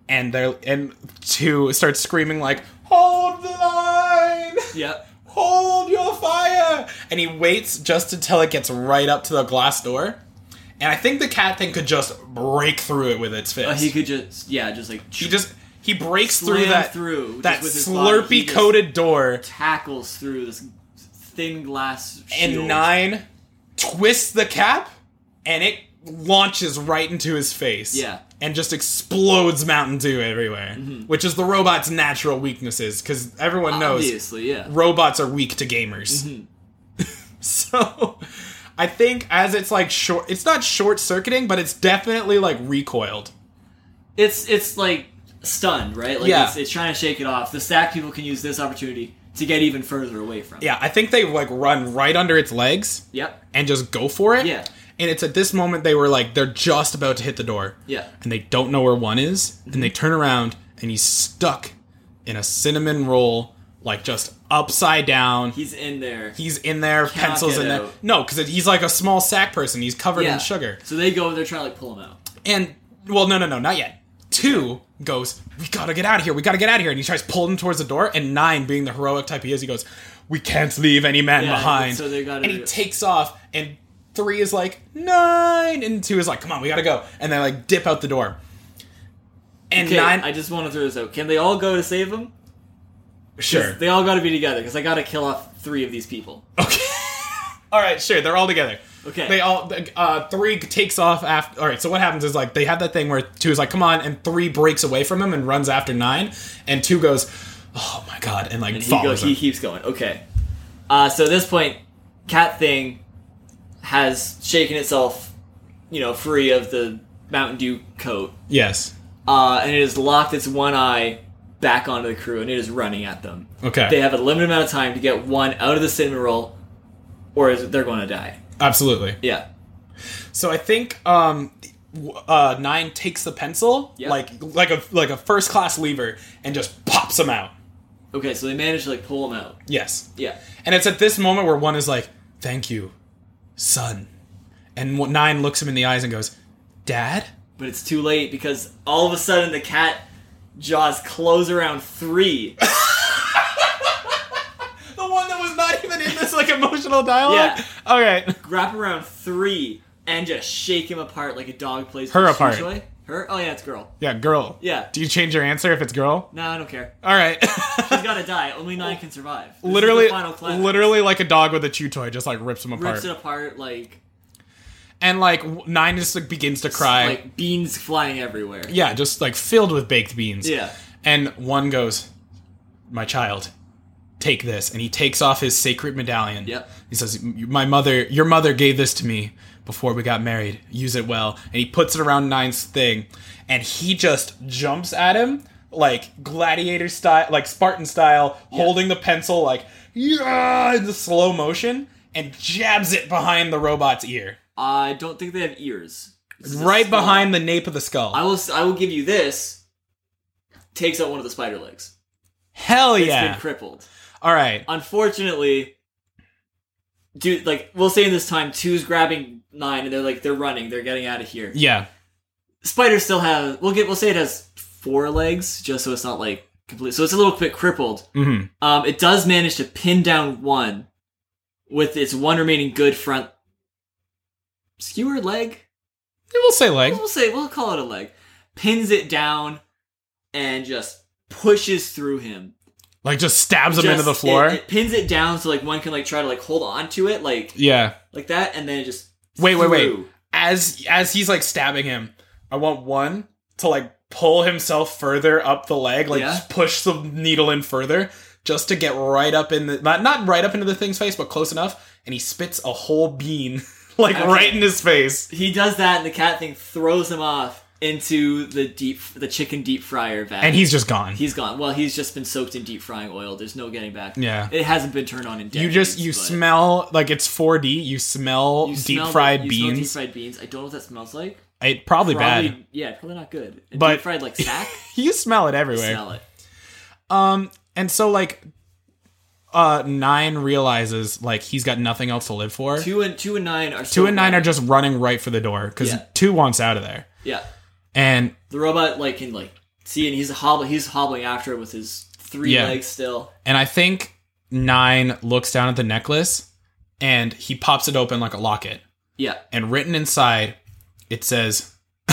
[SPEAKER 1] And they're and two starts screaming like, Hold the line!
[SPEAKER 2] yep.
[SPEAKER 1] hold your fire and he waits just until it gets right up to the glass door and i think the cat thing could just break through it with its fist
[SPEAKER 2] But Oh, he
[SPEAKER 1] he,
[SPEAKER 2] could just yeah, just like
[SPEAKER 1] just he breaks
[SPEAKER 2] Slam
[SPEAKER 1] through that
[SPEAKER 2] through, just
[SPEAKER 1] that
[SPEAKER 2] with his body.
[SPEAKER 1] slurpy
[SPEAKER 2] He just-
[SPEAKER 1] coated door
[SPEAKER 2] tackles through this thin glass
[SPEAKER 1] and
[SPEAKER 2] shield.
[SPEAKER 1] nine twists the cap and it launches right into his face
[SPEAKER 2] Yeah. Mm-hmm.
[SPEAKER 1] and just explodes mountain dew everywhere which is the robot's natural weaknesses because everyone knows
[SPEAKER 2] Obviously, yeah.
[SPEAKER 1] robots are weak to gamers.
[SPEAKER 2] Mm-hmm.
[SPEAKER 1] so I think as it's like short it's not short circuiting, but it's definitely like recoiled.
[SPEAKER 2] It's it's like stunned, right? Like
[SPEAKER 1] Yeah.
[SPEAKER 2] it's, it's trying to shake it off. The stack people can use this opportunity to get even further away from. it.
[SPEAKER 1] Yeah, I think they like run right under its legs
[SPEAKER 2] Yep.
[SPEAKER 1] and just go for it.
[SPEAKER 2] Yeah.
[SPEAKER 1] And it's at this moment they were like they're just about to hit the door.
[SPEAKER 2] Yeah. Mm-hmm.
[SPEAKER 1] And they don't know where one is, and they turn around and he's stuck in a cinnamon roll, like just upside down.
[SPEAKER 2] He's in there.
[SPEAKER 1] He's in there,
[SPEAKER 2] Cannot
[SPEAKER 1] pencils
[SPEAKER 2] get
[SPEAKER 1] in there.
[SPEAKER 2] out.
[SPEAKER 1] No, because he's like a small sack person. He's covered
[SPEAKER 2] yeah.
[SPEAKER 1] in sugar.
[SPEAKER 2] So they go and they're trying to like pull him out.
[SPEAKER 1] And well, no, no, no, not yet. Two goes, we gotta get out of here. We gotta get out of here. And he tries pulling him towards the door. And nine, being the heroic type he is, he goes, we can't leave any man
[SPEAKER 2] Yeah,
[SPEAKER 1] behind.
[SPEAKER 2] so they gotta-
[SPEAKER 1] and he takes off. And three is like nine, and two is like, come on, we gotta go. And they like dip out the door. And
[SPEAKER 2] Okay,
[SPEAKER 1] nine,
[SPEAKER 2] I just want to throw this out. Can they all go to save him? 'Cause
[SPEAKER 1] sure,
[SPEAKER 2] They all got to be together because I got to kill off three of these people.
[SPEAKER 1] okay, all right, sure, they're all together.
[SPEAKER 2] Okay.
[SPEAKER 1] They all uh, three takes off after. All right, so what happens is like they have that thing where two is like, "Come on," and three breaks away from him and runs after nine, and two goes, "Oh my god!" and like
[SPEAKER 2] And he, go,
[SPEAKER 1] follows
[SPEAKER 2] he
[SPEAKER 1] him.
[SPEAKER 2] keeps going. Okay. Uh, so at this point, Cat Thing has shaken itself, you know, free of the Mountain Dew coat,
[SPEAKER 1] Yes.
[SPEAKER 2] uh, and it has locked its one eye back onto the crew, and it is running at them.
[SPEAKER 1] Okay.
[SPEAKER 2] They have a limited amount of time to get one out of the cinnamon roll, or is they're going to die.
[SPEAKER 1] Absolutely.
[SPEAKER 2] Yeah.
[SPEAKER 1] So I think um, w- uh, nine takes the pencil
[SPEAKER 2] Yep.
[SPEAKER 1] like like a like a first class lever and just pops him out.
[SPEAKER 2] Okay, so they managed to like pull him out.
[SPEAKER 1] Yes.
[SPEAKER 2] Yeah.
[SPEAKER 1] And it's at this moment where one is like, "Thank you, son," and what- nine looks him in the eyes and goes, "Dad."
[SPEAKER 2] But it's too late because all of a sudden the cat jaws close around three.
[SPEAKER 1] The one that was not even in this like emotional dialogue.
[SPEAKER 2] Yeah.
[SPEAKER 1] Okay.
[SPEAKER 2] wrap around three and just shake him apart like a dog plays
[SPEAKER 1] Her
[SPEAKER 2] with a shoe
[SPEAKER 1] apart.
[SPEAKER 2] toy. Her? Oh yeah, it's girl.
[SPEAKER 1] Yeah, girl.
[SPEAKER 2] Yeah.
[SPEAKER 1] Do you change your answer if it's girl?
[SPEAKER 2] No, I don't care.
[SPEAKER 1] All right.
[SPEAKER 2] She's gotta die. Only nine can survive. This is the
[SPEAKER 1] literally,
[SPEAKER 2] final clip.
[SPEAKER 1] literally like a dog with a chew toy, just like rips him apart.
[SPEAKER 2] rips it apart like
[SPEAKER 1] and like w- nine just like begins to cry.
[SPEAKER 2] like beans flying everywhere.
[SPEAKER 1] yeah, just like filled with baked beans.
[SPEAKER 2] Yeah.
[SPEAKER 1] And one goes, "My child, take this." And he takes off his sacred medallion.
[SPEAKER 2] Yep.
[SPEAKER 1] He says, "My mother, your mother gave this to me before we got married. Use it well." And he puts it around Nine's thing, and he just jumps at him like gladiator style, like Spartan style, holding the pencil like yeah in the slow motion, and jabs it behind the robot's ear,
[SPEAKER 2] I don't think they have ears. This is a
[SPEAKER 1] right
[SPEAKER 2] skull.
[SPEAKER 1] behind the nape of the skull.
[SPEAKER 2] I will. s- I will give you this. Takes out one of the spider legs.
[SPEAKER 1] Hell
[SPEAKER 2] It's
[SPEAKER 1] yeah!
[SPEAKER 2] been crippled.
[SPEAKER 1] All right.
[SPEAKER 2] Unfortunately, dude. Like we'll say in this time, two's grabbing nine, and they're like they're running. They're getting out of here.
[SPEAKER 1] Yeah.
[SPEAKER 2] Spider still has. We'll get. We'll say it has four legs, just so it's not like complete. So it's a little bit crippled.
[SPEAKER 1] hmm
[SPEAKER 2] Um, it does manage to pin down one with its one remaining good front skewer leg.
[SPEAKER 1] We'll say leg.
[SPEAKER 2] We'll say we'll call it a leg. Pins it down and just pushes through him.
[SPEAKER 1] Like just stabs him
[SPEAKER 2] Just-
[SPEAKER 1] into the floor.
[SPEAKER 2] It, it pins it down so like one can like try to like hold on to it like
[SPEAKER 1] yeah.
[SPEAKER 2] like that, and then it just
[SPEAKER 1] Wait, wait, wait.
[SPEAKER 2] through.
[SPEAKER 1] As as he's like stabbing him, I want one to like pull himself further up the leg, like
[SPEAKER 2] Yeah.
[SPEAKER 1] just push the needle in further, just to get right up in the not not right up into the thing's face, but close enough, and he spits a whole bean like
[SPEAKER 2] Okay.
[SPEAKER 1] right in his face.
[SPEAKER 2] He does that, and the cat thing throws him off into the deep the chicken deep fryer vat.
[SPEAKER 1] And he's just gone.
[SPEAKER 2] he's gone. Well, he's just been soaked in deep frying oil. There's no getting back.
[SPEAKER 1] Yeah.
[SPEAKER 2] it hasn't been turned on in decades.
[SPEAKER 1] you just you
[SPEAKER 2] but
[SPEAKER 1] smell like it's 4D. You smell
[SPEAKER 2] you
[SPEAKER 1] deep
[SPEAKER 2] smell the-
[SPEAKER 1] fried
[SPEAKER 2] you smell
[SPEAKER 1] beans.
[SPEAKER 2] Deep fried beans. I don't know what that smells like.
[SPEAKER 1] it probably,
[SPEAKER 2] Probably,
[SPEAKER 1] bad.
[SPEAKER 2] yeah, probably not good.
[SPEAKER 1] But-
[SPEAKER 2] deep fried like sack.
[SPEAKER 1] You smell it everywhere.
[SPEAKER 2] smell it.
[SPEAKER 1] Um, and so like, uh, nine realizes like he's got nothing else to live for. Two,
[SPEAKER 2] Two and two and nine are
[SPEAKER 1] and nine are just running right for the door because
[SPEAKER 2] Yeah.
[SPEAKER 1] two wants out of there,
[SPEAKER 2] yeah.
[SPEAKER 1] and
[SPEAKER 2] The robot like can like see, and he's hobbling. He's hobbling after it with his three
[SPEAKER 1] Yeah.
[SPEAKER 2] legs still.
[SPEAKER 1] and I think nine looks down at the necklace, and he pops it open like a locket,
[SPEAKER 2] Yeah,
[SPEAKER 1] and written inside, it says,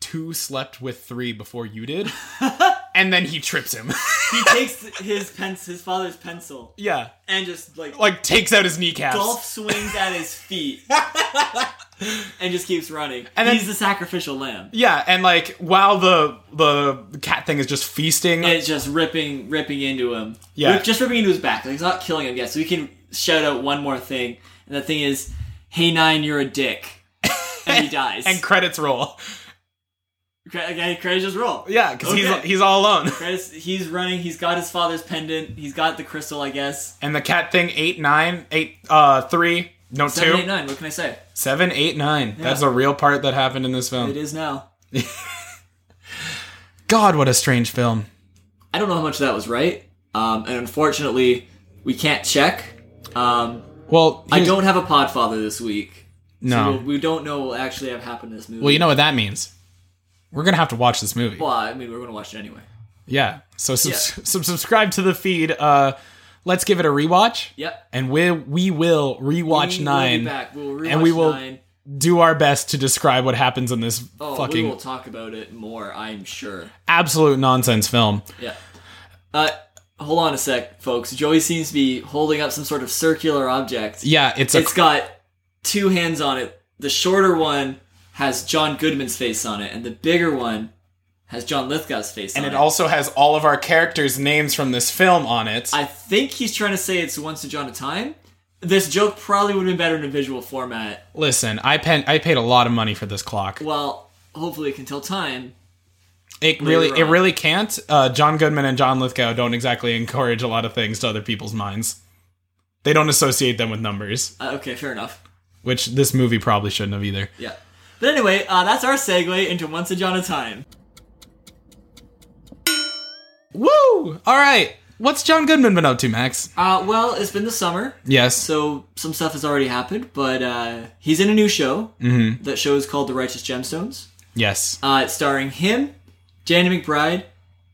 [SPEAKER 1] two slept with three before you did," and then he trips him.
[SPEAKER 2] he takes his pens, his father's pencil,
[SPEAKER 1] yeah,
[SPEAKER 2] and just like,
[SPEAKER 1] like takes out his kneecaps.
[SPEAKER 2] golf swings at his feet, and just keeps running.
[SPEAKER 1] And
[SPEAKER 2] And
[SPEAKER 1] then-
[SPEAKER 2] he's the sacrificial lamb.
[SPEAKER 1] Yeah, and like while the the cat thing is just feasting
[SPEAKER 2] And it's just ripping, ripping into him.
[SPEAKER 1] Yeah.
[SPEAKER 2] Rip- just ripping into his back. Like, he's not killing him yet, so we can shout out one more thing. And the thing is, "Hey nine, you're a dick," and he dies.
[SPEAKER 1] and credits roll.
[SPEAKER 2] Cra- okay, credits just roll.
[SPEAKER 1] Yeah, because he's
[SPEAKER 2] Okay.
[SPEAKER 1] he's all alone.
[SPEAKER 2] Chris, he's running. He's got his father's pendant. He's got the crystal, I guess.
[SPEAKER 1] And the cat thing eight nine eight uh three no
[SPEAKER 2] Seven,
[SPEAKER 1] two
[SPEAKER 2] eight, nine. What can I say?
[SPEAKER 1] seven eight nine. That's
[SPEAKER 2] Yeah.
[SPEAKER 1] a real part that happened in this
[SPEAKER 2] It
[SPEAKER 1] film.
[SPEAKER 2] is now.
[SPEAKER 1] God, what a strange film.
[SPEAKER 2] I don't know how much that was right, um, and unfortunately, we can't check. Um,
[SPEAKER 1] Well,
[SPEAKER 2] I
[SPEAKER 1] here's-
[SPEAKER 2] don't have a Podfather this week.
[SPEAKER 1] No.
[SPEAKER 2] so we'll- we don't know what will actually have happened in this movie.
[SPEAKER 1] well, you know what that means. We're gonna have to watch this movie.
[SPEAKER 2] Well, I mean, we're gonna watch it anyway.
[SPEAKER 1] yeah. So subs- sub- subscribe to the feed. Uh, let's give it a rewatch.
[SPEAKER 2] Yep.
[SPEAKER 1] And we we will rewatch
[SPEAKER 2] we We'll be
[SPEAKER 1] nine.
[SPEAKER 2] back. We'll rewatch
[SPEAKER 1] and we will
[SPEAKER 2] nine.
[SPEAKER 1] do our best to describe what happens in this
[SPEAKER 2] Oh,
[SPEAKER 1] fucking
[SPEAKER 2] we will talk about it more. I'm sure.
[SPEAKER 1] absolute nonsense film.
[SPEAKER 2] Yeah. Uh, hold on a sec, folks. Joey seems to be holding up some sort of circular object.
[SPEAKER 1] Yeah, it's a
[SPEAKER 2] it's got two hands on it. The shorter one has John Goodman's face on it, and the bigger one has John Lithgow's face
[SPEAKER 1] and
[SPEAKER 2] on
[SPEAKER 1] it
[SPEAKER 2] it.
[SPEAKER 1] also has all of our characters' names from this film on it.
[SPEAKER 2] I think he's trying to say it's once a John a time. This joke probably would have been better in a visual format.
[SPEAKER 1] Listen, I pen, I paid a lot of money for this clock.
[SPEAKER 2] Well, hopefully it can tell time.
[SPEAKER 1] It really
[SPEAKER 2] later
[SPEAKER 1] it
[SPEAKER 2] on.
[SPEAKER 1] really can't. Uh, John Goodman and John Lithgow don't exactly encourage a lot of things to other people's minds. They don't associate them with numbers,
[SPEAKER 2] Uh, okay, fair enough.
[SPEAKER 1] which this movie probably shouldn't have either.
[SPEAKER 2] Yeah. But anyway, uh, that's our segue into once a John a time.
[SPEAKER 1] Woo! All right. What's John Goodman been up to, Max?
[SPEAKER 2] Uh, well, it's been the summer,
[SPEAKER 1] Yes.
[SPEAKER 2] so some stuff has already happened, but uh, he's in a new show.
[SPEAKER 1] Mm-hmm.
[SPEAKER 2] That show is called The Righteous Gemstones.
[SPEAKER 1] Yes.
[SPEAKER 2] Uh, it's starring him, Danny McBride,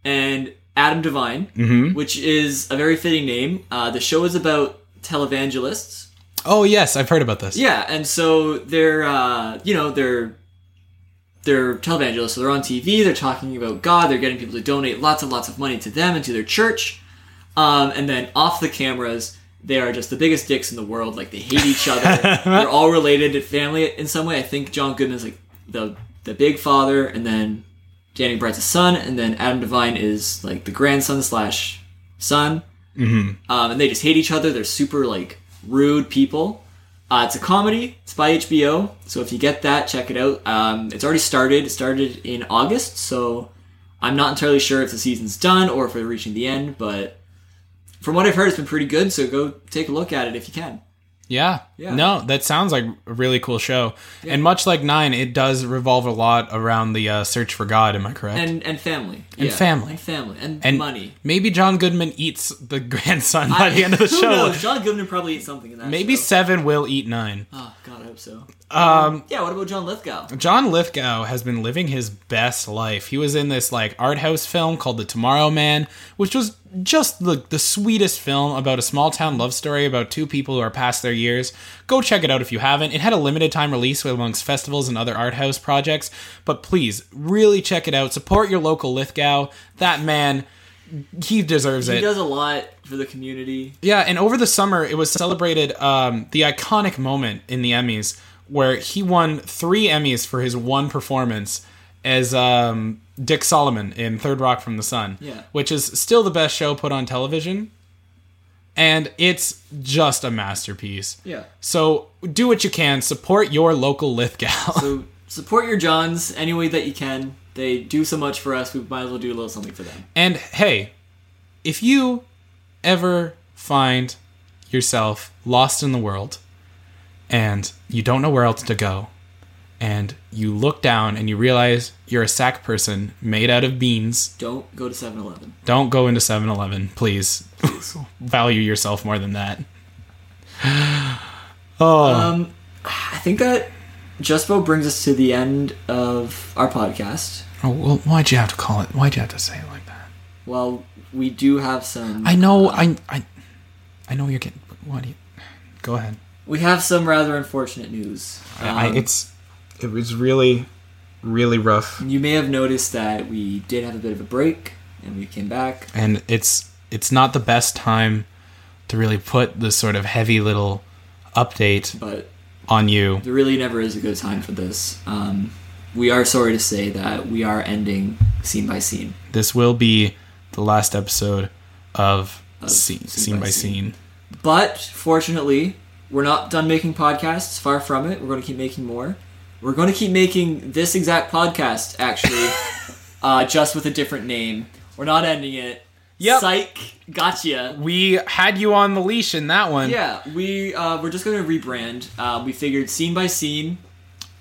[SPEAKER 2] and Adam Devine,
[SPEAKER 1] Mm-hmm.
[SPEAKER 2] which is a very fitting name. Uh, the show is about televangelists.
[SPEAKER 1] Oh, yes. I've heard about this.
[SPEAKER 2] Yeah, and so they're uh, you know they're they're televangelists, so they're on TV. They're talking about God. They're getting people to donate lots and lots of money to them and to their church. Um, and then off the cameras, they are just the biggest dicks in the world. Like they hate each other. they're all related to family in some way. I think John Goodman's like the the big father, and then Danny Bright's a son, and then Adam Devine is like the grandson slash son. Mm-hmm. Um, and they just hate each other. They're super like rude people. Uh, it's a comedy. It's by HBO. So if you get that, check it out. Um, it's already started. It started in August, so I'm not entirely sure if the season's done or if we're reaching the end. But from what I've heard, it's been pretty good. So go take a look at it if you can.
[SPEAKER 1] Yeah.
[SPEAKER 2] Yeah.
[SPEAKER 1] No, that sounds like a really cool show. And much like Nine, it does revolve a lot around the uh, search for God. Am I correct?
[SPEAKER 2] And and family
[SPEAKER 1] And family.
[SPEAKER 2] and family and,
[SPEAKER 1] And
[SPEAKER 2] money.
[SPEAKER 1] Maybe John Goodman eats the grandson by
[SPEAKER 2] I-
[SPEAKER 1] the end of the
[SPEAKER 2] who
[SPEAKER 1] show.
[SPEAKER 2] knows? John Goodman probably ate something in that.
[SPEAKER 1] Maybe
[SPEAKER 2] show.
[SPEAKER 1] Seven will eat Nine.
[SPEAKER 2] Oh God, I hope so.
[SPEAKER 1] Um,
[SPEAKER 2] Yeah. What about John Lithgow?
[SPEAKER 1] John Lithgow has been living his best life. He was in this like art house film called The Tomorrow Man, which was just the the sweetest film about a small town love story about two people who are past their years. Go check it out if you haven't. It had a limited time release amongst festivals and other art house projects, but please really check it out. Support your local Lithgow. That man, he deserves
[SPEAKER 2] He
[SPEAKER 1] it.
[SPEAKER 2] does a lot for the community.
[SPEAKER 1] Yeah, and over the summer, it was celebrated um, the iconic moment in the Emmys where he won three Emmys for his one performance as um, Dick Solomon in Third Rock from the Sun,
[SPEAKER 2] Yeah.
[SPEAKER 1] which is still the best show put on television. And it's just a masterpiece.
[SPEAKER 2] Yeah.
[SPEAKER 1] So do what you can, support your local Lithgow.
[SPEAKER 2] So support your Johns any way that you can. They do so much for us. We might as well do a little something for them.
[SPEAKER 1] And hey, if you ever find yourself lost in the world and you don't know where else to go, and you look down and you realize you're a sack person made out of beans,
[SPEAKER 2] Don't go to 7-Eleven.
[SPEAKER 1] don't go into 7 Eleven, please. Value yourself more than that. Oh,
[SPEAKER 2] Um, I think that just about brings us to the end of our podcast.
[SPEAKER 1] oh, well, why'd you have to call it? Why'd you have to say it like that?
[SPEAKER 2] Well, we do have some.
[SPEAKER 1] I know, I, I, I know you're getting. What do you? Go ahead.
[SPEAKER 2] We have some rather unfortunate news.
[SPEAKER 1] I,
[SPEAKER 2] Um,
[SPEAKER 1] it's it was really really rough
[SPEAKER 2] you may have noticed that we did have a bit of a break, and we came back.
[SPEAKER 1] and it's it's not the best time to really put this sort of heavy little update
[SPEAKER 2] But
[SPEAKER 1] on you
[SPEAKER 2] there really never is a good time for this. Um, we are sorry to say that we are ending scene by scene.
[SPEAKER 1] this will be the last episode of
[SPEAKER 2] Of
[SPEAKER 1] scene, scene by scene
[SPEAKER 2] But fortunately, we're not done making podcasts. Far from it. We're going to keep making more. We're going to keep making this exact podcast, actually, uh, just with a different name. We're not ending it.
[SPEAKER 1] Yep.
[SPEAKER 2] Psych. Gotcha.
[SPEAKER 1] we had you on the leash in that one
[SPEAKER 2] Yeah, we uh, we're just going to rebrand. Uh, we figured scene by scene.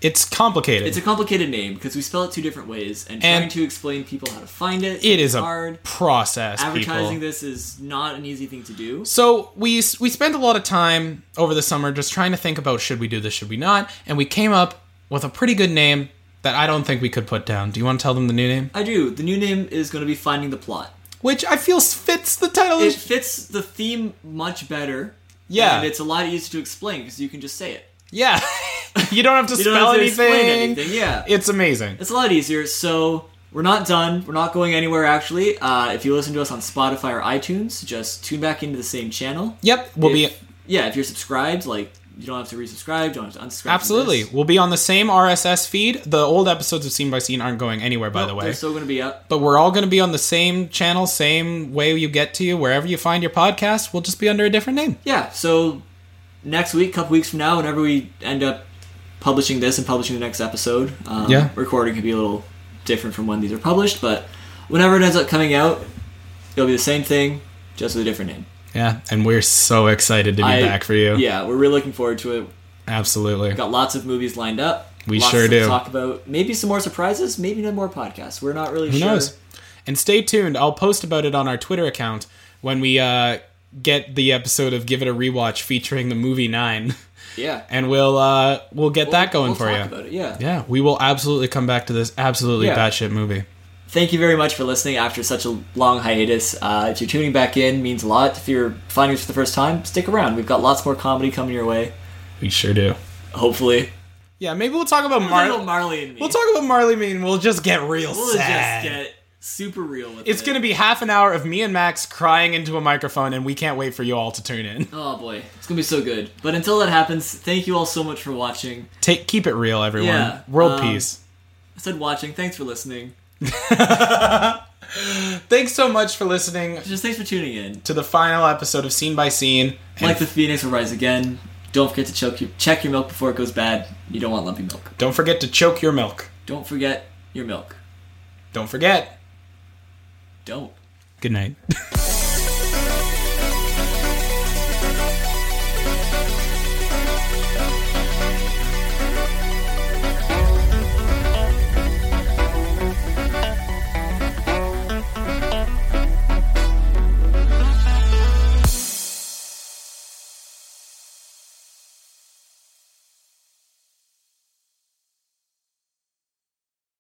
[SPEAKER 1] it's complicated
[SPEAKER 2] It's a complicated name because we spell it two different ways, and,
[SPEAKER 1] And-
[SPEAKER 2] trying to explain people how to find it.
[SPEAKER 1] it is a
[SPEAKER 2] hard.
[SPEAKER 1] process
[SPEAKER 2] Advertising
[SPEAKER 1] people.
[SPEAKER 2] this is not an easy thing to do.
[SPEAKER 1] So we we spent a lot of time over the summer just trying to think about should we do this, should we not, and we came up with a pretty good name that I don't think we could put down. Do you want to tell them the new name?
[SPEAKER 2] I do. The new name is going to be Finding the Plot.
[SPEAKER 1] Which I feel fits the title.
[SPEAKER 2] it fits the theme much better.
[SPEAKER 1] Yeah.
[SPEAKER 2] and it's a lot easier to explain because you can just say it.
[SPEAKER 1] yeah, you don't have to
[SPEAKER 2] You don't
[SPEAKER 1] spell
[SPEAKER 2] have to
[SPEAKER 1] anything.
[SPEAKER 2] explain anything. Yeah,
[SPEAKER 1] It's amazing.
[SPEAKER 2] it's a lot easier. So we're not done. We're not going anywhere. Actually, uh, if you listen to us on Spotify or iTunes, just tune back into the same channel.
[SPEAKER 1] Yep, we'll be
[SPEAKER 2] If- yeah. If you're subscribed, like you don't have to resubscribe. Don't have to unsubscribe. from
[SPEAKER 1] absolutely.
[SPEAKER 2] this.
[SPEAKER 1] We'll be on the same RSS feed. The old episodes of Scene by Scene aren't going anywhere, by
[SPEAKER 2] Nope,
[SPEAKER 1] the way.
[SPEAKER 2] Oh, they're still going to be up.
[SPEAKER 1] but we're all going to be on the same channel, same way you get to you, wherever you find your podcast. We'll just be under a different name.
[SPEAKER 2] Yeah. So next week, couple weeks from now, whenever we end up publishing this and publishing the next episode, um,
[SPEAKER 1] Yeah.
[SPEAKER 2] recording could be a little different from when these are published, but whenever it ends up coming out, it'll be the same thing, just with a different name.
[SPEAKER 1] Yeah, and we're so excited to be
[SPEAKER 2] I-
[SPEAKER 1] back for you.
[SPEAKER 2] Yeah, we're really looking forward to it.
[SPEAKER 1] Absolutely.
[SPEAKER 2] Got lots of movies lined up.
[SPEAKER 1] We
[SPEAKER 2] lots
[SPEAKER 1] sure
[SPEAKER 2] to
[SPEAKER 1] do.
[SPEAKER 2] Talk about maybe some more surprises, maybe no more podcasts. We're not really
[SPEAKER 1] Who
[SPEAKER 2] sure.
[SPEAKER 1] knows? And stay tuned. I'll post about it on our Twitter account when we uh, get the episode of Give It a Rewatch featuring the movie Nine.
[SPEAKER 2] Yeah.
[SPEAKER 1] And we'll uh, we'll get that going
[SPEAKER 2] We'll
[SPEAKER 1] for
[SPEAKER 2] talk
[SPEAKER 1] you.
[SPEAKER 2] about it, yeah.
[SPEAKER 1] Yeah, we will absolutely come back to this absolutely
[SPEAKER 2] Yeah.
[SPEAKER 1] batshit movie.
[SPEAKER 2] Thank you very much for listening after such a long hiatus. Uh, if you're tuning back in, means a lot. If you're finding us for the first time, stick around. We've got lots more comedy coming your way.
[SPEAKER 1] We sure do.
[SPEAKER 2] Hopefully.
[SPEAKER 1] Yeah, maybe we'll talk about
[SPEAKER 2] Little
[SPEAKER 1] Marley.
[SPEAKER 2] Marley and me.
[SPEAKER 1] We'll talk about Marley Me and we'll just get real
[SPEAKER 2] We'll
[SPEAKER 1] sad.
[SPEAKER 2] just get super real with
[SPEAKER 1] it's
[SPEAKER 2] it.
[SPEAKER 1] going to be half an hour of me and Max crying into a microphone, and we can't wait for you all to tune in.
[SPEAKER 2] Oh boy, it's gonna be so good. But until that happens, thank you all so much for watching.
[SPEAKER 1] Take keep it real, everyone.
[SPEAKER 2] Yeah,
[SPEAKER 1] World
[SPEAKER 2] um,
[SPEAKER 1] peace.
[SPEAKER 2] I said watching. Thanks for listening.
[SPEAKER 1] Thanks so much for listening
[SPEAKER 2] Just thanks for tuning in.
[SPEAKER 1] to the final episode of Scene by Scene. And
[SPEAKER 2] Like the phoenix will rise again. Don't forget to choke your, check your milk before it goes bad. You don't want lumpy milk.
[SPEAKER 1] don't forget to choke your milk.
[SPEAKER 2] Don't forget your milk.
[SPEAKER 1] Don't forget.
[SPEAKER 2] Don't.
[SPEAKER 1] Good night.